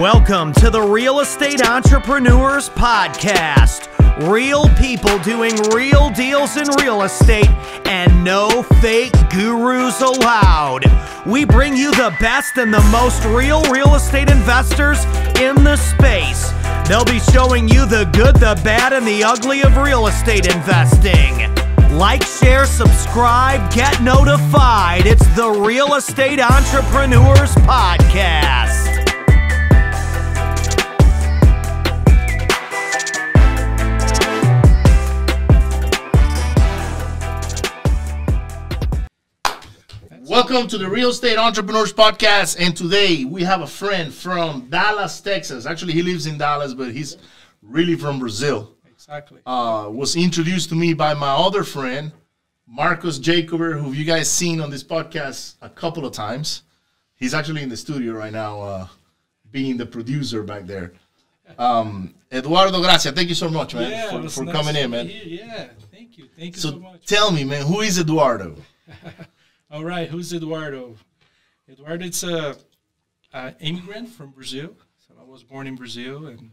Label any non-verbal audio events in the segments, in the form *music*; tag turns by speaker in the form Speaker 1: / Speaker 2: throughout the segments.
Speaker 1: Welcome to the Real Estate Entrepreneurs Podcast. Real people doing real deals in real estate and no fake gurus allowed. We bring you the best and the most real real estate investors in the space. They'll be showing you the good, the bad, and the ugly of real estate investing. Like, share, subscribe, get notified. It's the Real Estate Entrepreneurs Podcast.
Speaker 2: Welcome to the Real Estate Entrepreneurs Podcast. And today we have a friend from Dallas, Texas. Actually, he lives in Dallas, but he's really from Brazil.
Speaker 3: Exactly.
Speaker 2: Uh, was introduced to me by my other friend, Marcos Jacober, who you guys seen on this podcast a couple of times. He's actually in the studio right now, uh, being the producer back there. Um, Eduardo Gracia, thank you so much, man,
Speaker 3: yeah, it
Speaker 2: for,
Speaker 3: was
Speaker 2: for
Speaker 3: nice
Speaker 2: coming
Speaker 3: to
Speaker 2: in,
Speaker 3: be
Speaker 2: man.
Speaker 3: here. Yeah, thank you. Thank you so,
Speaker 2: So
Speaker 3: much.
Speaker 2: tell me, man, who is Eduardo?
Speaker 3: All right, who's Eduardo? Eduardo is a, a immigrant from Brazil. So I was born in Brazil and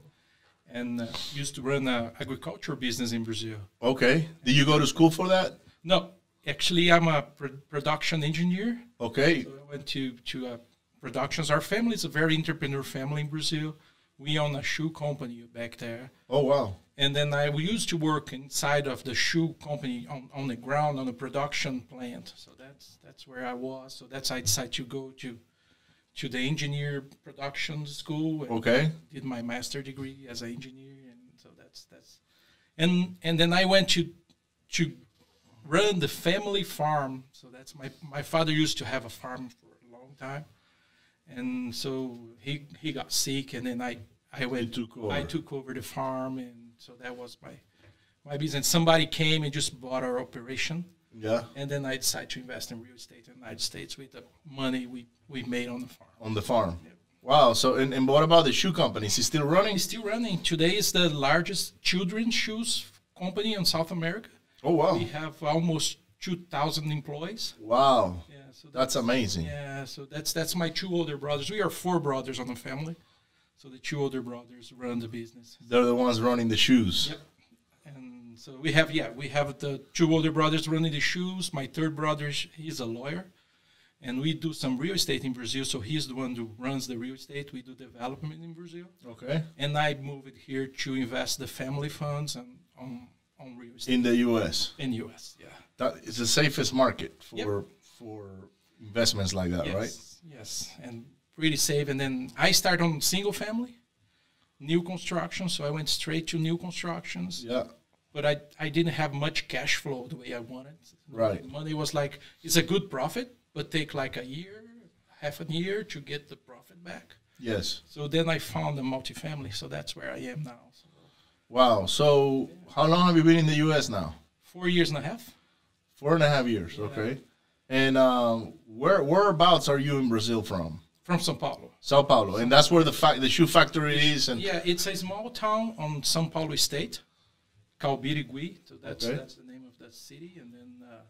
Speaker 3: and uh, used to run a agriculture business in Brazil.
Speaker 2: Okay. Did you go to school for that?
Speaker 3: No, actually, I'm a pro- production engineer.
Speaker 2: Okay.
Speaker 3: So I went to to uh, productions. Our family is a very entrepreneur family in Brazil. We own a shoe company back there.
Speaker 2: Oh, wow.
Speaker 3: and then I used to work inside of the shoe company on, on the ground on the production plant. So that's that's where I was. So that's I decided to go to to the engineer production school and
Speaker 2: Okay.
Speaker 3: did my master degree as an engineer. And so that's that's and and then I went to to run the family farm. So that's my my father used to have a farm for a long time, and so he he got sick, and then I I went
Speaker 2: took over.
Speaker 3: I took over the farm, and so that was my my business. Somebody came and just bought our operation,
Speaker 2: Yeah.
Speaker 3: and then I decided to invest in real estate in the United States with the money we we made on the farm.
Speaker 2: on the farm. Wow. So, and, and what about the shoe companies? Is still running?
Speaker 3: It's still running today. Is the largest children's shoes company in South America.
Speaker 2: Oh, wow.
Speaker 3: We have almost two thousand employees.
Speaker 2: Wow.
Speaker 3: Yeah, so
Speaker 2: That's amazing.
Speaker 3: Yeah, so that's that's my two older brothers. We are four brothers on the family, so the two older brothers run the business,
Speaker 2: They're the ones running the shoes.
Speaker 3: Yep. and so we have yeah we have the two older brothers running the shoes. My third brother sh- he's a lawyer, and we do some real estate in Brazil. So he's the one who runs the real estate. We do development in Brazil,
Speaker 2: Okay.
Speaker 3: and I moved here to invest the family funds and on on real estate
Speaker 2: In the U.S.,
Speaker 3: in U.S. Yeah,
Speaker 2: that is the safest market for
Speaker 3: Yep.
Speaker 2: for investments like that,
Speaker 3: yes,
Speaker 2: right?
Speaker 3: yes, and really safe. And then I start on single family. new construction, so I went straight to new constructions.
Speaker 2: Yeah.
Speaker 3: But I, I didn't have much cash flow the way I wanted.
Speaker 2: Right.
Speaker 3: Money was like it's a good profit, but take like a year, half a year to get the profit back.
Speaker 2: Yes.
Speaker 3: So then I found a multifamily, so that's where I am now. So
Speaker 2: Wow. So, how long have you been in the U.S. now?
Speaker 3: four years and a half.
Speaker 2: Four and a half years. Okay. And um, where whereabouts are you in Brazil from?
Speaker 3: From São Paulo.
Speaker 2: Sao Paulo, and that's where the fa- the shoe factory is, and
Speaker 3: Yeah, it's a small town on São Paulo state called Birigui. So that's
Speaker 2: Okay.
Speaker 3: that's the name of that city, and then uh,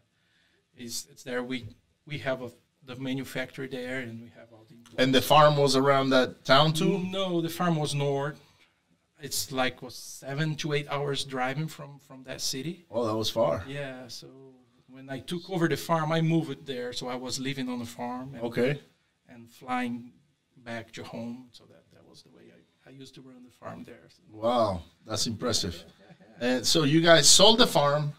Speaker 3: it's, it's there. We we have a, the manufactory there, and we have all the.
Speaker 2: and the farm was around that town too.
Speaker 3: No, the farm was north. It's like was seven to eight hours driving from from that city.
Speaker 2: Oh, that was far.
Speaker 3: Yeah, so when I took over the farm, I moved there, so I was living on the farm and,
Speaker 2: Okay.
Speaker 3: and flying back to home. So that that was the way I, I used to run the farm there.
Speaker 2: Wow, that's impressive. And so you guys sold the farm.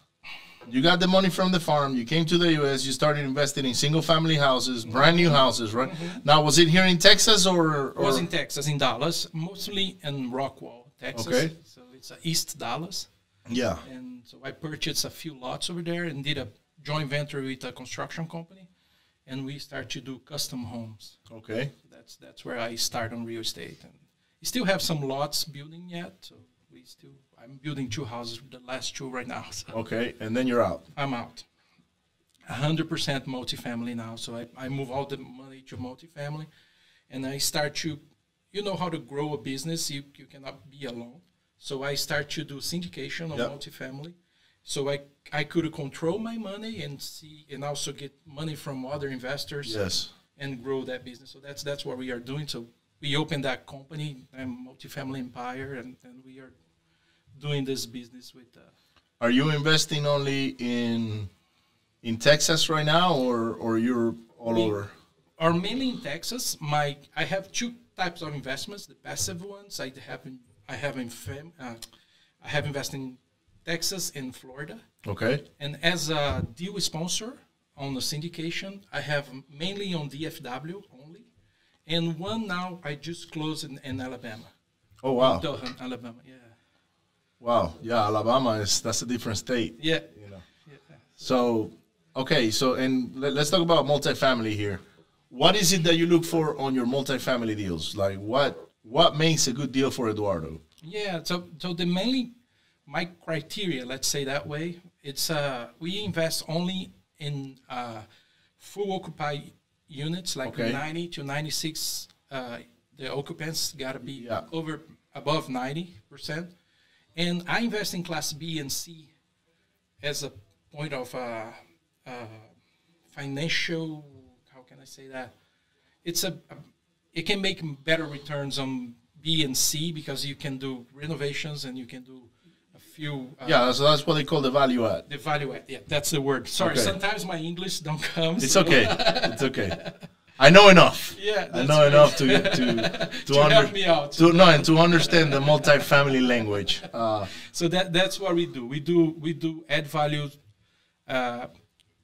Speaker 2: You got the money from the farm. You came to the U.S. You started investing in single-family houses, brand new houses, right? Now, was it here in Texas or?
Speaker 3: I Mm-hmm. was
Speaker 2: or-
Speaker 3: in Texas, in Dallas, mostly in Rockwall, Texas.
Speaker 2: Okay.
Speaker 3: So it's uh, East Dallas,
Speaker 2: yeah.
Speaker 3: and so I purchased a few lots over there and did a joint venture with a construction company, and we start to do custom homes.
Speaker 2: Okay.
Speaker 3: that's that's where I start on real estate, and we still have some lots building yet. So we still I'm building two houses, the last two right now. *laughs* So
Speaker 2: Okay. And then you're out.
Speaker 3: I'm out. 100% multifamily now, so I, I move all the money to multifamily, and I start to, you know how to grow a business, you, you cannot be alone. So I start to do syndication of
Speaker 2: Yeah.
Speaker 3: multifamily, so I I could control my money and see and also get money from other investors
Speaker 2: Yes.
Speaker 3: and grow that business. So that's that's what we are doing. So we opened that company, um, Multifamily Empire, and, and we are doing this business with. Uh,
Speaker 2: Are you investing only in in Texas right now, or or you're all over?
Speaker 3: are mainly in Texas. My I have two types of investments: the passive ones. I have in, I have in fam, uh, I have invested in Texas and Florida.
Speaker 2: Okay.
Speaker 3: And as a deal sponsor on the syndication, I have mainly on DFW only, and one now I just closed in, in Alabama,
Speaker 2: Oh wow,
Speaker 3: Durham, Alabama. Yeah,
Speaker 2: wow, yeah, Alabama is that's a different state.
Speaker 3: yeah,
Speaker 2: You know.
Speaker 3: yeah.
Speaker 2: So, okay, so and let, us talk about multifamily here. What is it that you look for on your multifamily deals? Like what what makes a good deal for Eduardo?
Speaker 3: Yeah, so so the mainly my criteria, let's say that way, it's uh we invest only in uh full occupied units like
Speaker 2: Okay.
Speaker 3: 90 to 96 uh the occupants got to be
Speaker 2: Yeah.
Speaker 3: over above 90%. And I invest in class B and C as a point of uh uh financial how can I say that? it's a it can make better returns on B and C because you can do renovations and you can do a few uh,
Speaker 2: Yeah, so that's what they call the value add.
Speaker 3: the value add. Yeah, that's the word. Sorry,
Speaker 2: Okay.
Speaker 3: sometimes my English don't come.
Speaker 2: It's
Speaker 3: so-
Speaker 2: okay. It's okay. I know enough.
Speaker 3: Yeah,
Speaker 2: I
Speaker 3: that's
Speaker 2: know
Speaker 3: great.
Speaker 2: enough
Speaker 3: *laughs*
Speaker 2: to to to,
Speaker 3: To help
Speaker 2: under-
Speaker 3: me out.
Speaker 2: To, no, and to understand the multifamily language. Uh,
Speaker 3: So that that's what we do. We do we do add value uh,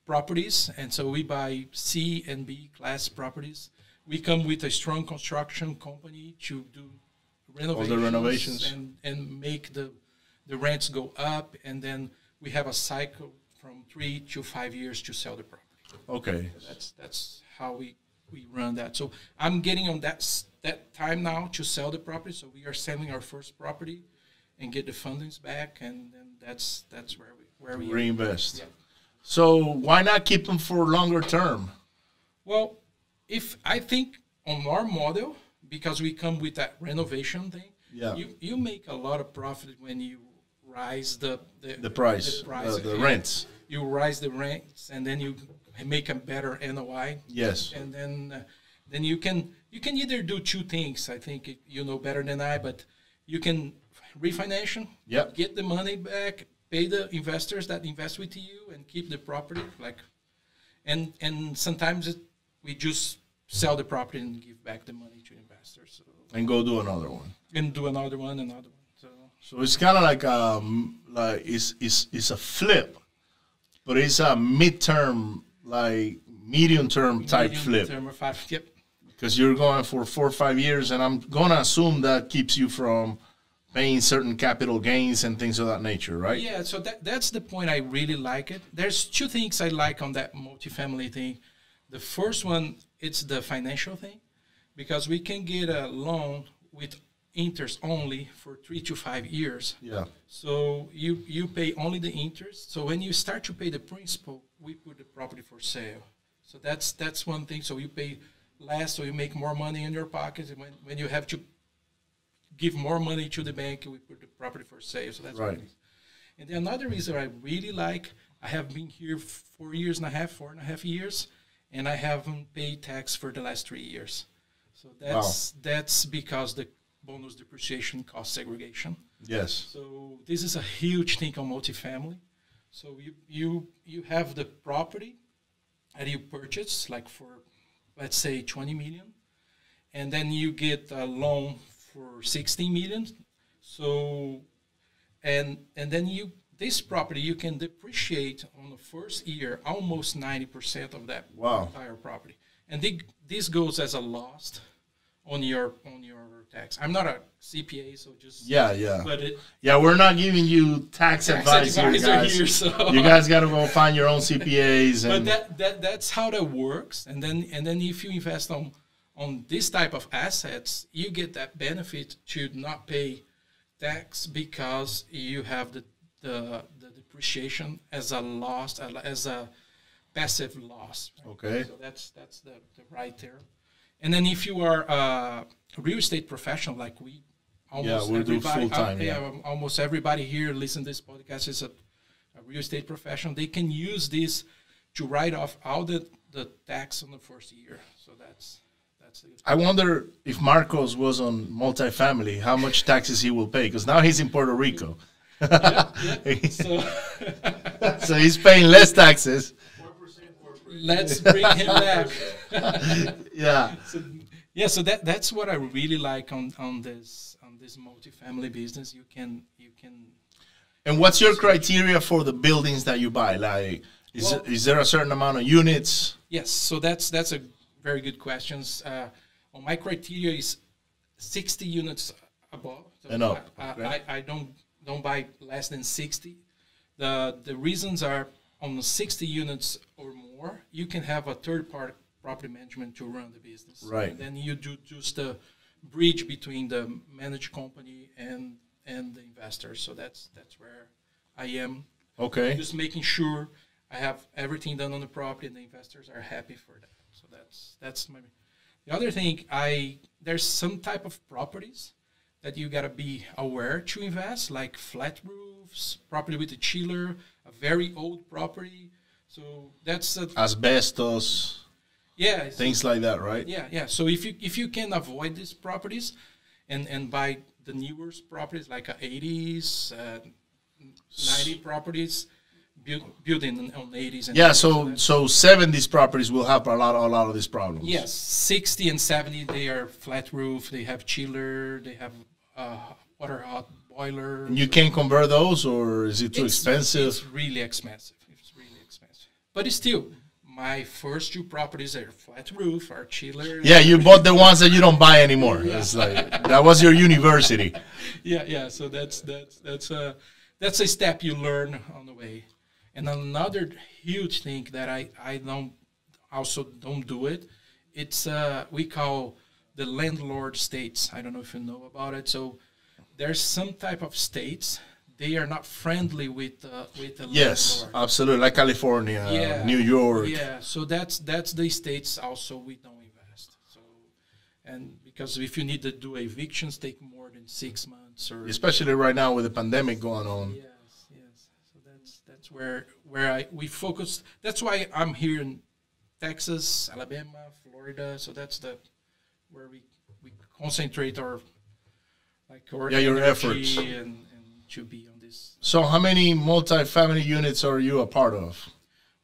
Speaker 3: properties, and so we buy C and B class properties. We come with a strong construction company to do renovations,
Speaker 2: renovations.
Speaker 3: and and make the the rents go up, and then we have a cycle from three to five years to sell the property.
Speaker 2: okay.
Speaker 3: That's that's how we we run that. So I'm getting on that s- that time now to sell the property. So we are selling our first property and get the fundings back, and then that's that's where we where we.
Speaker 2: Reinvest. So why not keep them for longer term?
Speaker 3: Well, if I think on our model because we come with that renovation thing.
Speaker 2: Yeah.
Speaker 3: You you make a lot of profit when you rise the the,
Speaker 2: The price, uh, the
Speaker 3: Yeah.
Speaker 2: rents.
Speaker 3: You rise the rents, and then you make a better NOI.
Speaker 2: Yes.
Speaker 3: and then uh, then you can you can either do two things. I think it- you know better than I, but you can refinance,
Speaker 2: Yep.
Speaker 3: get the money back, pay the investors that invest with you, and keep the property. Like, and and sometimes it, we just sell the property and give back the money to investors. So,
Speaker 2: And go do another one.
Speaker 3: and do another one, another one. So
Speaker 2: So it's kind of like um like it's it's it's a flip, but it's a midterm like medium term type
Speaker 3: medium
Speaker 2: flip
Speaker 3: term or five. Yep.
Speaker 2: because you're going for four or five years, and I'm gonna assume that keeps you from paying certain capital gains and things of that nature, right?
Speaker 3: Yeah, so that, that's the point I really like it. There's two things I like on that multifamily thing. The first one, it's the financial thing, because we can get a loan with interest only for three to five years.
Speaker 2: Yeah.
Speaker 3: So you, you pay only the interest. So when you start to pay the principal, we put the property for sale. So that's that's one thing. So you pay less, so you make more money in your pocket. And when, when you have to give more money to the bank, we put the property for sale. So that's one
Speaker 2: Right.
Speaker 3: thing. And then another reason I really like, I have been here four years and a half, four and a half years, and I haven't paid tax for the last three years. So that's that's because the bonus depreciation cost segregation.
Speaker 2: Yes.
Speaker 3: So this is a huge thing on multifamily. So you you you have the property that you purchase, like for let's say 20 million, and then you get a loan for 16 million. So and and then you this property you can depreciate on the first year almost 90% of that
Speaker 2: Wow.
Speaker 3: entire property. And they, this goes as a loss on your on your tax. I'm not a CPA, so just
Speaker 2: Yeah, yeah.
Speaker 3: but it,
Speaker 2: Yeah, we're not giving you tax, advice here,
Speaker 3: advisor
Speaker 2: guys.
Speaker 3: here, so-
Speaker 2: You guys got to go find your own CPAs
Speaker 3: but
Speaker 2: and
Speaker 3: that, that that's how that works. And then and then if you invest on on this type of assets, you get that benefit to not pay tax because you have the the, the depreciation as a loss as a passive loss. right?
Speaker 2: Okay.
Speaker 3: So that's that's the, the right there. And then if you are uh, a real estate professional like we, almost
Speaker 2: we do
Speaker 3: everybody,
Speaker 2: full-time,
Speaker 3: uh,
Speaker 2: yeah.
Speaker 3: um, almost everybody here listen to this podcast is a, a real estate professional. They can use this to write off all the, the tax on the first year. So that's that's that's the
Speaker 2: I wonder if Marcos was on multifamily, how much taxes he will pay because now he's in Puerto Rico,
Speaker 3: so.
Speaker 2: so he's paying less taxes.
Speaker 3: Let's bring him back. *laughs*
Speaker 2: Yeah,
Speaker 3: Yeah, so that that's what I really like on on this on this multifamily business. You can you can
Speaker 2: and what's your criteria for the buildings that you buy? Like, is
Speaker 3: Well-
Speaker 2: is there a certain amount of units?
Speaker 3: yes. So that's that's a very good questions. Uh, well, my criteria is sixty units above. So
Speaker 2: And up,
Speaker 3: I, I-
Speaker 2: okay.
Speaker 3: I, I don't don't buy less than sixty. The the reasons are on the sixty units or more, you can have a third party property management to run the business.
Speaker 2: Right.
Speaker 3: then you do just the bridge between the managed company and and the investor. So that's that's where I am.
Speaker 2: Okay,
Speaker 3: Just making sure I have everything done on the property and the investors are happy for that. So that's that's my the other thing I there's some type of properties that you gotta be aware to invest, like flat roofs, property with a chiller, a very old property. So that's a,
Speaker 2: asbestos,
Speaker 3: yeah. it's-
Speaker 2: things like that, right?
Speaker 3: yeah, yeah. So if you if you can avoid these properties, and and buy the newer properties like uh, 80s, uh, 90 properties, build, building on 80s and
Speaker 2: Yeah, so so seven these properties will have a lot a lot of these problems.
Speaker 3: yes, 60 and 70 they are flat roof, they have chiller, they have uh, water hot boiler.
Speaker 2: You can convert those, or is it too
Speaker 3: It's-
Speaker 2: expensive?
Speaker 3: It's really expensive. It's really expensive. But it's still, my first two properties are flat roof, are chiller.
Speaker 2: yeah, you bought the ones that you don't buy anymore. It's like that was your university.
Speaker 3: yeah yeah so that's that's that's a that's a step you learn on the way and another huge thing that i i don't also don't do it it's uh we call the landlord states i don't know if you know about it so there's some type of states they are not friendly with uh, with the
Speaker 2: Yes,
Speaker 3: landlord.
Speaker 2: absolutely. Like California,
Speaker 3: Yeah.
Speaker 2: New York.
Speaker 3: Yeah, so that's that's the states also we don't invest. So, and because if you need to do evictions, take more than six months or
Speaker 2: Especially right now with the pandemic going on.
Speaker 3: Yes, yes. So that's that's where where I we focus. That's why I'm here in Texas, Alabama, Florida. So that's the where we we concentrate our like our
Speaker 2: Yeah, your
Speaker 3: energy
Speaker 2: efforts.
Speaker 3: and, and to be on this.
Speaker 2: So how many multifamily units are you a part of?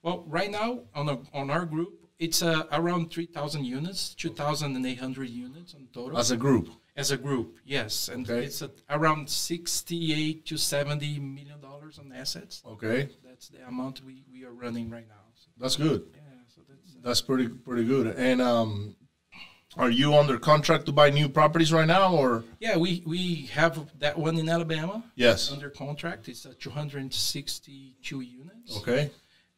Speaker 3: Well, right now on a, on our group, it's uh, around three thousand units, two thousand and eight hundred units in total
Speaker 2: As a group.
Speaker 3: as a group. Yes, and
Speaker 2: Okay.
Speaker 3: it's at around sixty-eight to seventy million dollars on assets.
Speaker 2: Okay.
Speaker 3: That's the amount we, we are running right now. So,
Speaker 2: That's good.
Speaker 3: yeah, so that's
Speaker 2: That's pretty pretty good. And um are you under contract to buy new properties right now or
Speaker 3: yeah. We we have that one in Alabama
Speaker 2: yes.
Speaker 3: under contract. It's at 262 units,
Speaker 2: Okay.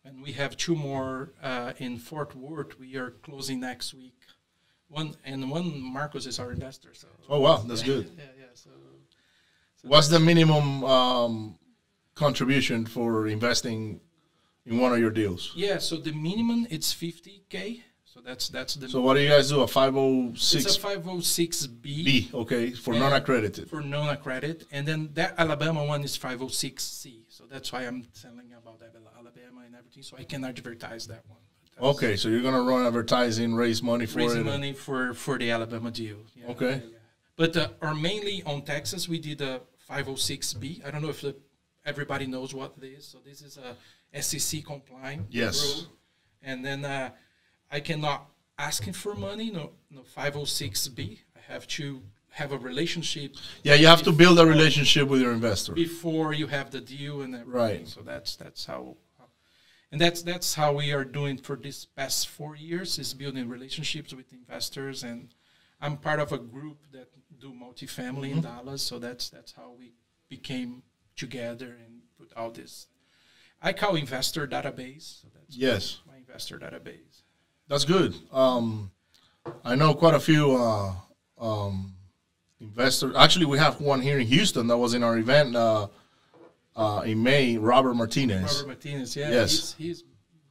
Speaker 3: and we have two more uh, in Fort Worth. We are closing next week. One and one Marcos is our investor. So
Speaker 2: Oh wow, that's good.
Speaker 3: yeah, yeah. So
Speaker 2: What's the minimum um contribution for investing in one of your deals?
Speaker 3: yeah. So the minimum it's 50k. So that's that's the
Speaker 2: So what do you guys do? A five oh
Speaker 3: it's
Speaker 2: six
Speaker 3: a 506b.
Speaker 2: B, okay, for non accredited.
Speaker 3: for non-accredited, and then that Alabama one is 506C. So that's why I'm telling about that Alabama and everything, so I can advertise that one. But that's
Speaker 2: Okay, so you're gonna run advertising, raise money for
Speaker 3: Raising
Speaker 2: it.
Speaker 3: money for, for the Alabama deal. yeah.
Speaker 2: Okay.
Speaker 3: But uh, or mainly on Texas, we did a 506B. I don't know if the, everybody knows what it is. So this is a SEC compliant.
Speaker 2: Yes.
Speaker 3: rule. And then uh, I cannot asking for money. No, no 506B. I have to have a relationship
Speaker 2: Yeah, you have to build a relationship with your investor.
Speaker 3: before you have the deal and everything.
Speaker 2: Right.
Speaker 3: So that's that's how, and that's that's how we are doing for this past four years is building relationships with investors and I'm part of a group that do multifamily in
Speaker 2: Mm-hmm.
Speaker 3: Dallas. So that's that's how we became together and put out this. I call investor database. So that's
Speaker 2: Yes,
Speaker 3: my investor database.
Speaker 2: that's good. Um, I know quite a few uh, um, investors. Actually, we have one here in Houston that was in our event uh, uh, in May. Robert Martinez,
Speaker 3: Robert Martinez, yeah,
Speaker 2: Yes.
Speaker 3: he's, he's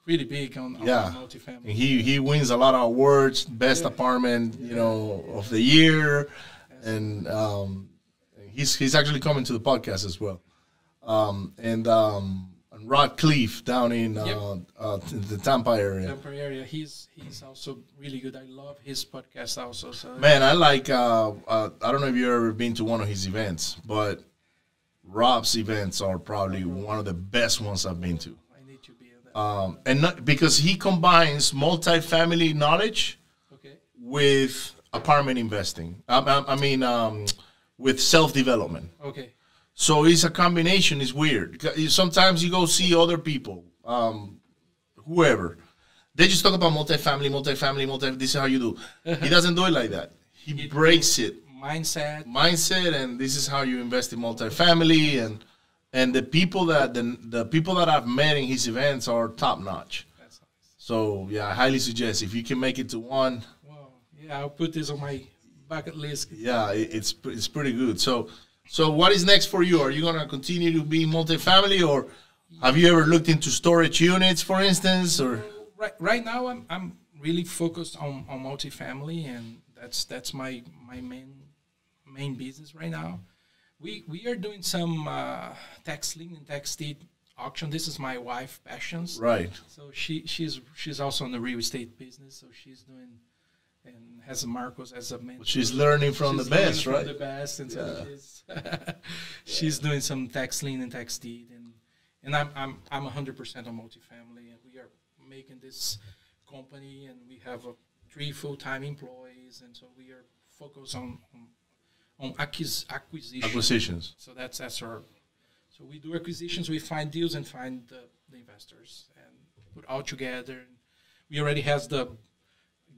Speaker 3: really big on, on
Speaker 2: Yeah.
Speaker 3: multifamily.
Speaker 2: and he he wins a lot of awards, best apartment, you know, of the year, and um, he's he's actually coming to the podcast as well. Um, and um, on Rock Cliff down in uh,
Speaker 3: Yep.
Speaker 2: uh, t- the Tampa area.
Speaker 3: Tampa area. He's he's also really good. I love his podcast also. So
Speaker 2: Man, I like. Uh, uh, I don't know if you've ever been to one of his events, but Rob's events are probably one of the best ones I've been to.
Speaker 3: I need to be on that.
Speaker 2: Um, and not, because he combines multifamily knowledge
Speaker 3: okay.
Speaker 2: with apartment investing. I, I, I mean, um, with self development.
Speaker 3: Okay.
Speaker 2: So it's a combination. It's weird. C- Sometimes you go see other people, um, whoever. They just talk about multifamily, multifamily, multi. This is how you do.
Speaker 3: *laughs*
Speaker 2: He doesn't do it like that. He breaks it
Speaker 3: Mindset.
Speaker 2: mindset, and this is how you invest in multifamily, and and the people that the, the people that I've met in his events are top notch.
Speaker 3: That's nice.
Speaker 2: So yeah, I highly suggest if you can make it to one,
Speaker 3: Wow. Yeah, I'll put this on my bucket list.
Speaker 2: yeah, it, it's pre- it's pretty good. So so what is next for you? Are you gonna continue to be multifamily, or have you ever looked into storage units, for instance, or
Speaker 3: Right, right now, I'm I'm really focused on on multifamily, and that's that's my my main main business right now. We we are doing some uh, tax lien and tax deed auction. This is my wife' passions.
Speaker 2: right?
Speaker 3: So she she's she's also in the real estate business. So she's doing and has Marcos as a mentor.
Speaker 2: She's learning from
Speaker 3: She's
Speaker 2: the best,
Speaker 3: learning
Speaker 2: right?
Speaker 3: From the best, and so *laughs* she's she's doing some tax lien and tax deed, and and I'm I'm I'm 100 percent on multifamily, and we are making this company, and we have uh, three full time employees, and so we are focused on on, on acquis- acquisition.
Speaker 2: Acquisitions.
Speaker 3: So that's that's our. So we do acquisitions, we find deals, and find the, the investors, and put all together. We already has the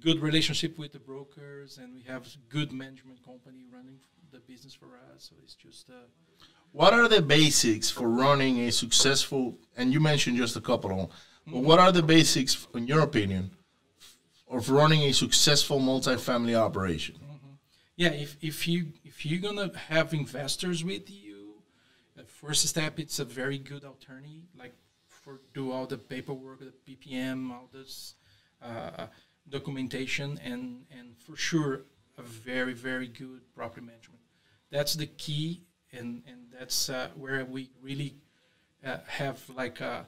Speaker 3: good relationship with the brokers, and we have good management company running the business for us. So it's just uh,
Speaker 2: What are the basics for running a successful? And you mentioned just a couple of them. But what are the basics, in your opinion, of running a successful multifamily operation?
Speaker 3: yeah. If, if you if you're gonna have investors with you, the first step it's a very good attorney, like for do all the paperwork, the PPM, all this uh, documentation and and for sure a very very good property management that's the key and and that's uh, where we really uh, have like uh,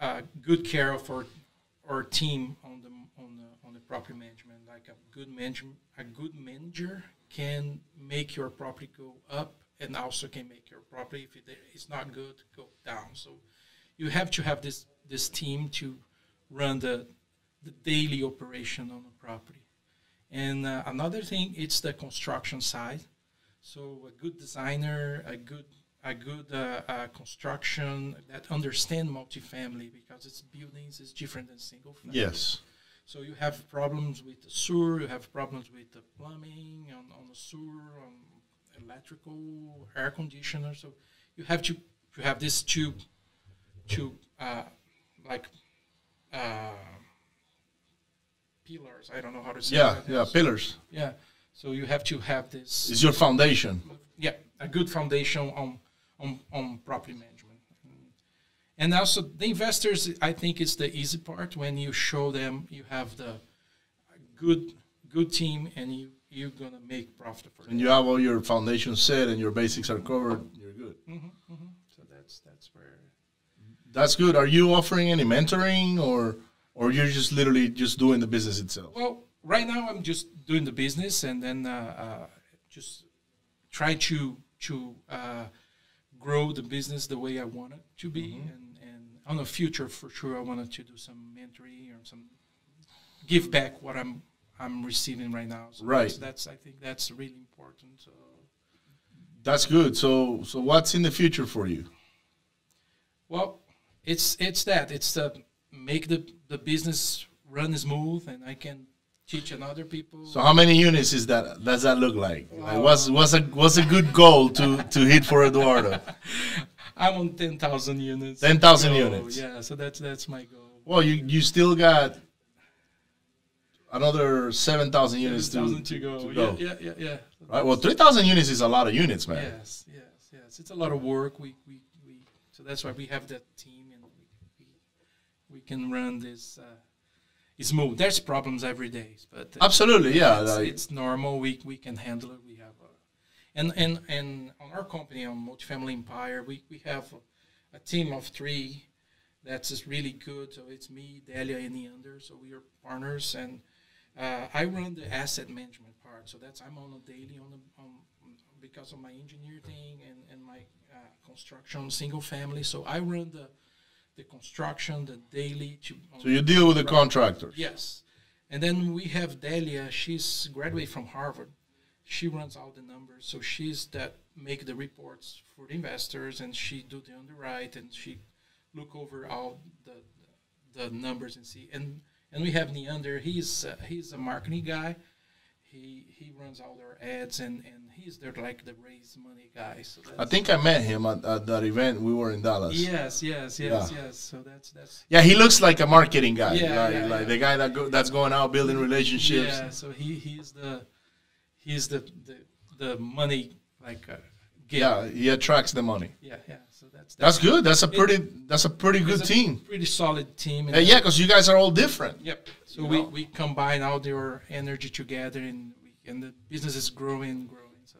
Speaker 3: a, a uh, good care of our our team on the on the on the property management like a good manager a good manager can make your property go up and also can make your property if it is not good go down so you have to have this this team to run the the daily operation on the property. And uh, another thing, it's the construction side. So a good designer, a good a good uh, uh, construction that understand multifamily because it's buildings is different than single family.
Speaker 2: Yes.
Speaker 3: So you have problems with the sewer, you have problems with the plumbing on, on the sewer, on electrical, air conditioner. So you have to you have these two two uh, like uh, pillars. I don't know how to say.
Speaker 2: Yeah,
Speaker 3: that.
Speaker 2: yeah, pillars.
Speaker 3: yeah. So you have to have this
Speaker 2: It's your foundation.
Speaker 3: yeah, a good foundation on on, on property management. And also the investors, I think, is the easy part when you show them you have the good good team and you you're gonna make profit for them.
Speaker 2: And you have all your foundation set and your basics are covered, you're good.
Speaker 3: Mm-hmm, So that's that's where
Speaker 2: That's good. Are you offering any mentoring or or you're just literally just doing the business itself?
Speaker 3: Well, right now I'm just doing the business and then uh, uh, just try to to uh, grow the business the way I want it to be, and and on the future for sure I wanted to do some mentoring or some give back what I'm I'm receiving right now. So
Speaker 2: Right.
Speaker 3: That's, that's I think that's really important. So
Speaker 2: That's good. So so what's in the future for you?
Speaker 3: well, it's it's that it's to make the the business run smooth, and I can teach another people.
Speaker 2: So how many units is that? Does that look like? Like what's what's a what's a good goal to to hit for Eduardo?
Speaker 3: I'm on ten thousand units.
Speaker 2: 10,000
Speaker 3: So,
Speaker 2: units.
Speaker 3: Yeah, so that's that's my goal.
Speaker 2: Well, you you still got another seven thousand units to,
Speaker 3: 10,000 to go.
Speaker 2: to
Speaker 3: Yeah, yeah, yeah, yeah.
Speaker 2: Right. Well, three thousand units is a lot of units, man.
Speaker 3: Yes, yes, yes. It's a lot of work. We we, we so that's why we have that team and we we, we can run this. Uh, it's smooth. There's problems every day, but uh,
Speaker 2: Absolutely. Yeah.
Speaker 3: it's,
Speaker 2: like-
Speaker 3: it's normal. We we can handle it. We have, a, and and and on our company on multifamily empire, we we have a, a team of three that's just really good. So it's me, Delia, and Neander. So we are partners, and uh, I run the asset management part. So that's I'm on a daily on the on, because of my engineer thing and and my uh, construction single family. So I run the the construction, the daily. To,
Speaker 2: So you deal with the contractors.
Speaker 3: Yes. And then we have Delia. She's graduated from Harvard. She runs all the numbers. So she's that make the reports for the investors and she do the underwrite and she look over all the the numbers and see. And and we have Neander. He's uh, he's a marketing guy. He he runs all their ads and and he's their like the raise money guy. So
Speaker 2: I
Speaker 3: that's,
Speaker 2: think I met him at, at that event. We were in Dallas.
Speaker 3: yes, yes, yes, yes. So that's that's
Speaker 2: Yeah, he looks like a marketing guy,
Speaker 3: Yeah,
Speaker 2: like,
Speaker 3: yeah,
Speaker 2: like
Speaker 3: yeah.
Speaker 2: the guy that go, that's going out building relationships.
Speaker 3: Yeah, so he he's the he's the the, the money like uh, giver.
Speaker 2: Yeah. he attracts the money.
Speaker 3: yeah, yeah. So that's
Speaker 2: That's good. That's a pretty. That's a pretty good
Speaker 3: it's a
Speaker 2: team.
Speaker 3: Pretty solid team. and-
Speaker 2: Uh, yeah, because you guys are all different.
Speaker 3: Yep. So
Speaker 2: You
Speaker 3: we,
Speaker 2: know.
Speaker 3: we combine all their energy together, and we, and the business is growing, growing. So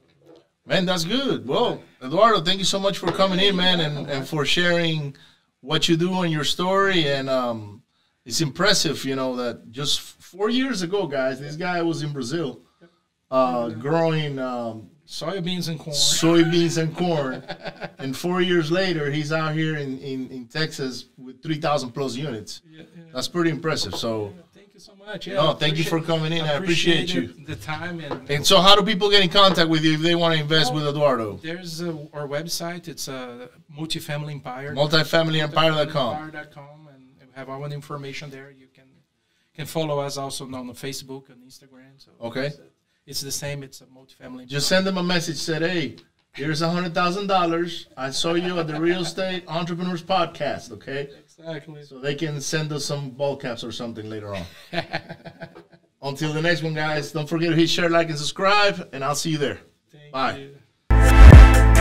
Speaker 2: Man, that's good. Well, Eduardo, thank you so much for coming in, man, and, and for sharing what you do on your story. And um, it's impressive, you know, that just four years ago, guys, this guy was in Brazil uh, growing um,
Speaker 3: soybeans and corn.
Speaker 2: soybeans and corn. and four years later, he's out here in, in, in Texas with 3,000 plus units.
Speaker 3: yeah, yeah.
Speaker 2: That's pretty impressive. So,
Speaker 3: Thank you so much. Yeah,
Speaker 2: No,
Speaker 3: I
Speaker 2: thank you for
Speaker 3: appreciate-
Speaker 2: coming in. I appreciate
Speaker 3: appreciated The time and
Speaker 2: and so how do people get in contact with you if they want to invest with Eduardo?
Speaker 3: there's uh our website. It's a uh, multifamily empire.
Speaker 2: Multifamilyempire.com.
Speaker 3: empire.com, and we have our information there. You can can follow us also on the Facebook and Instagram. So
Speaker 2: Okay.
Speaker 3: it's, it's the same. It's a multifamily.
Speaker 2: just send them a message said hey here's a hundred thousand dollars i saw you at the real estate entrepreneurs podcast okay
Speaker 3: exactly.
Speaker 2: so they can send us some ball caps or something later on until the next one guys don't forget to hit share like and subscribe and i'll see you there
Speaker 3: Thank
Speaker 2: Bye.
Speaker 3: you.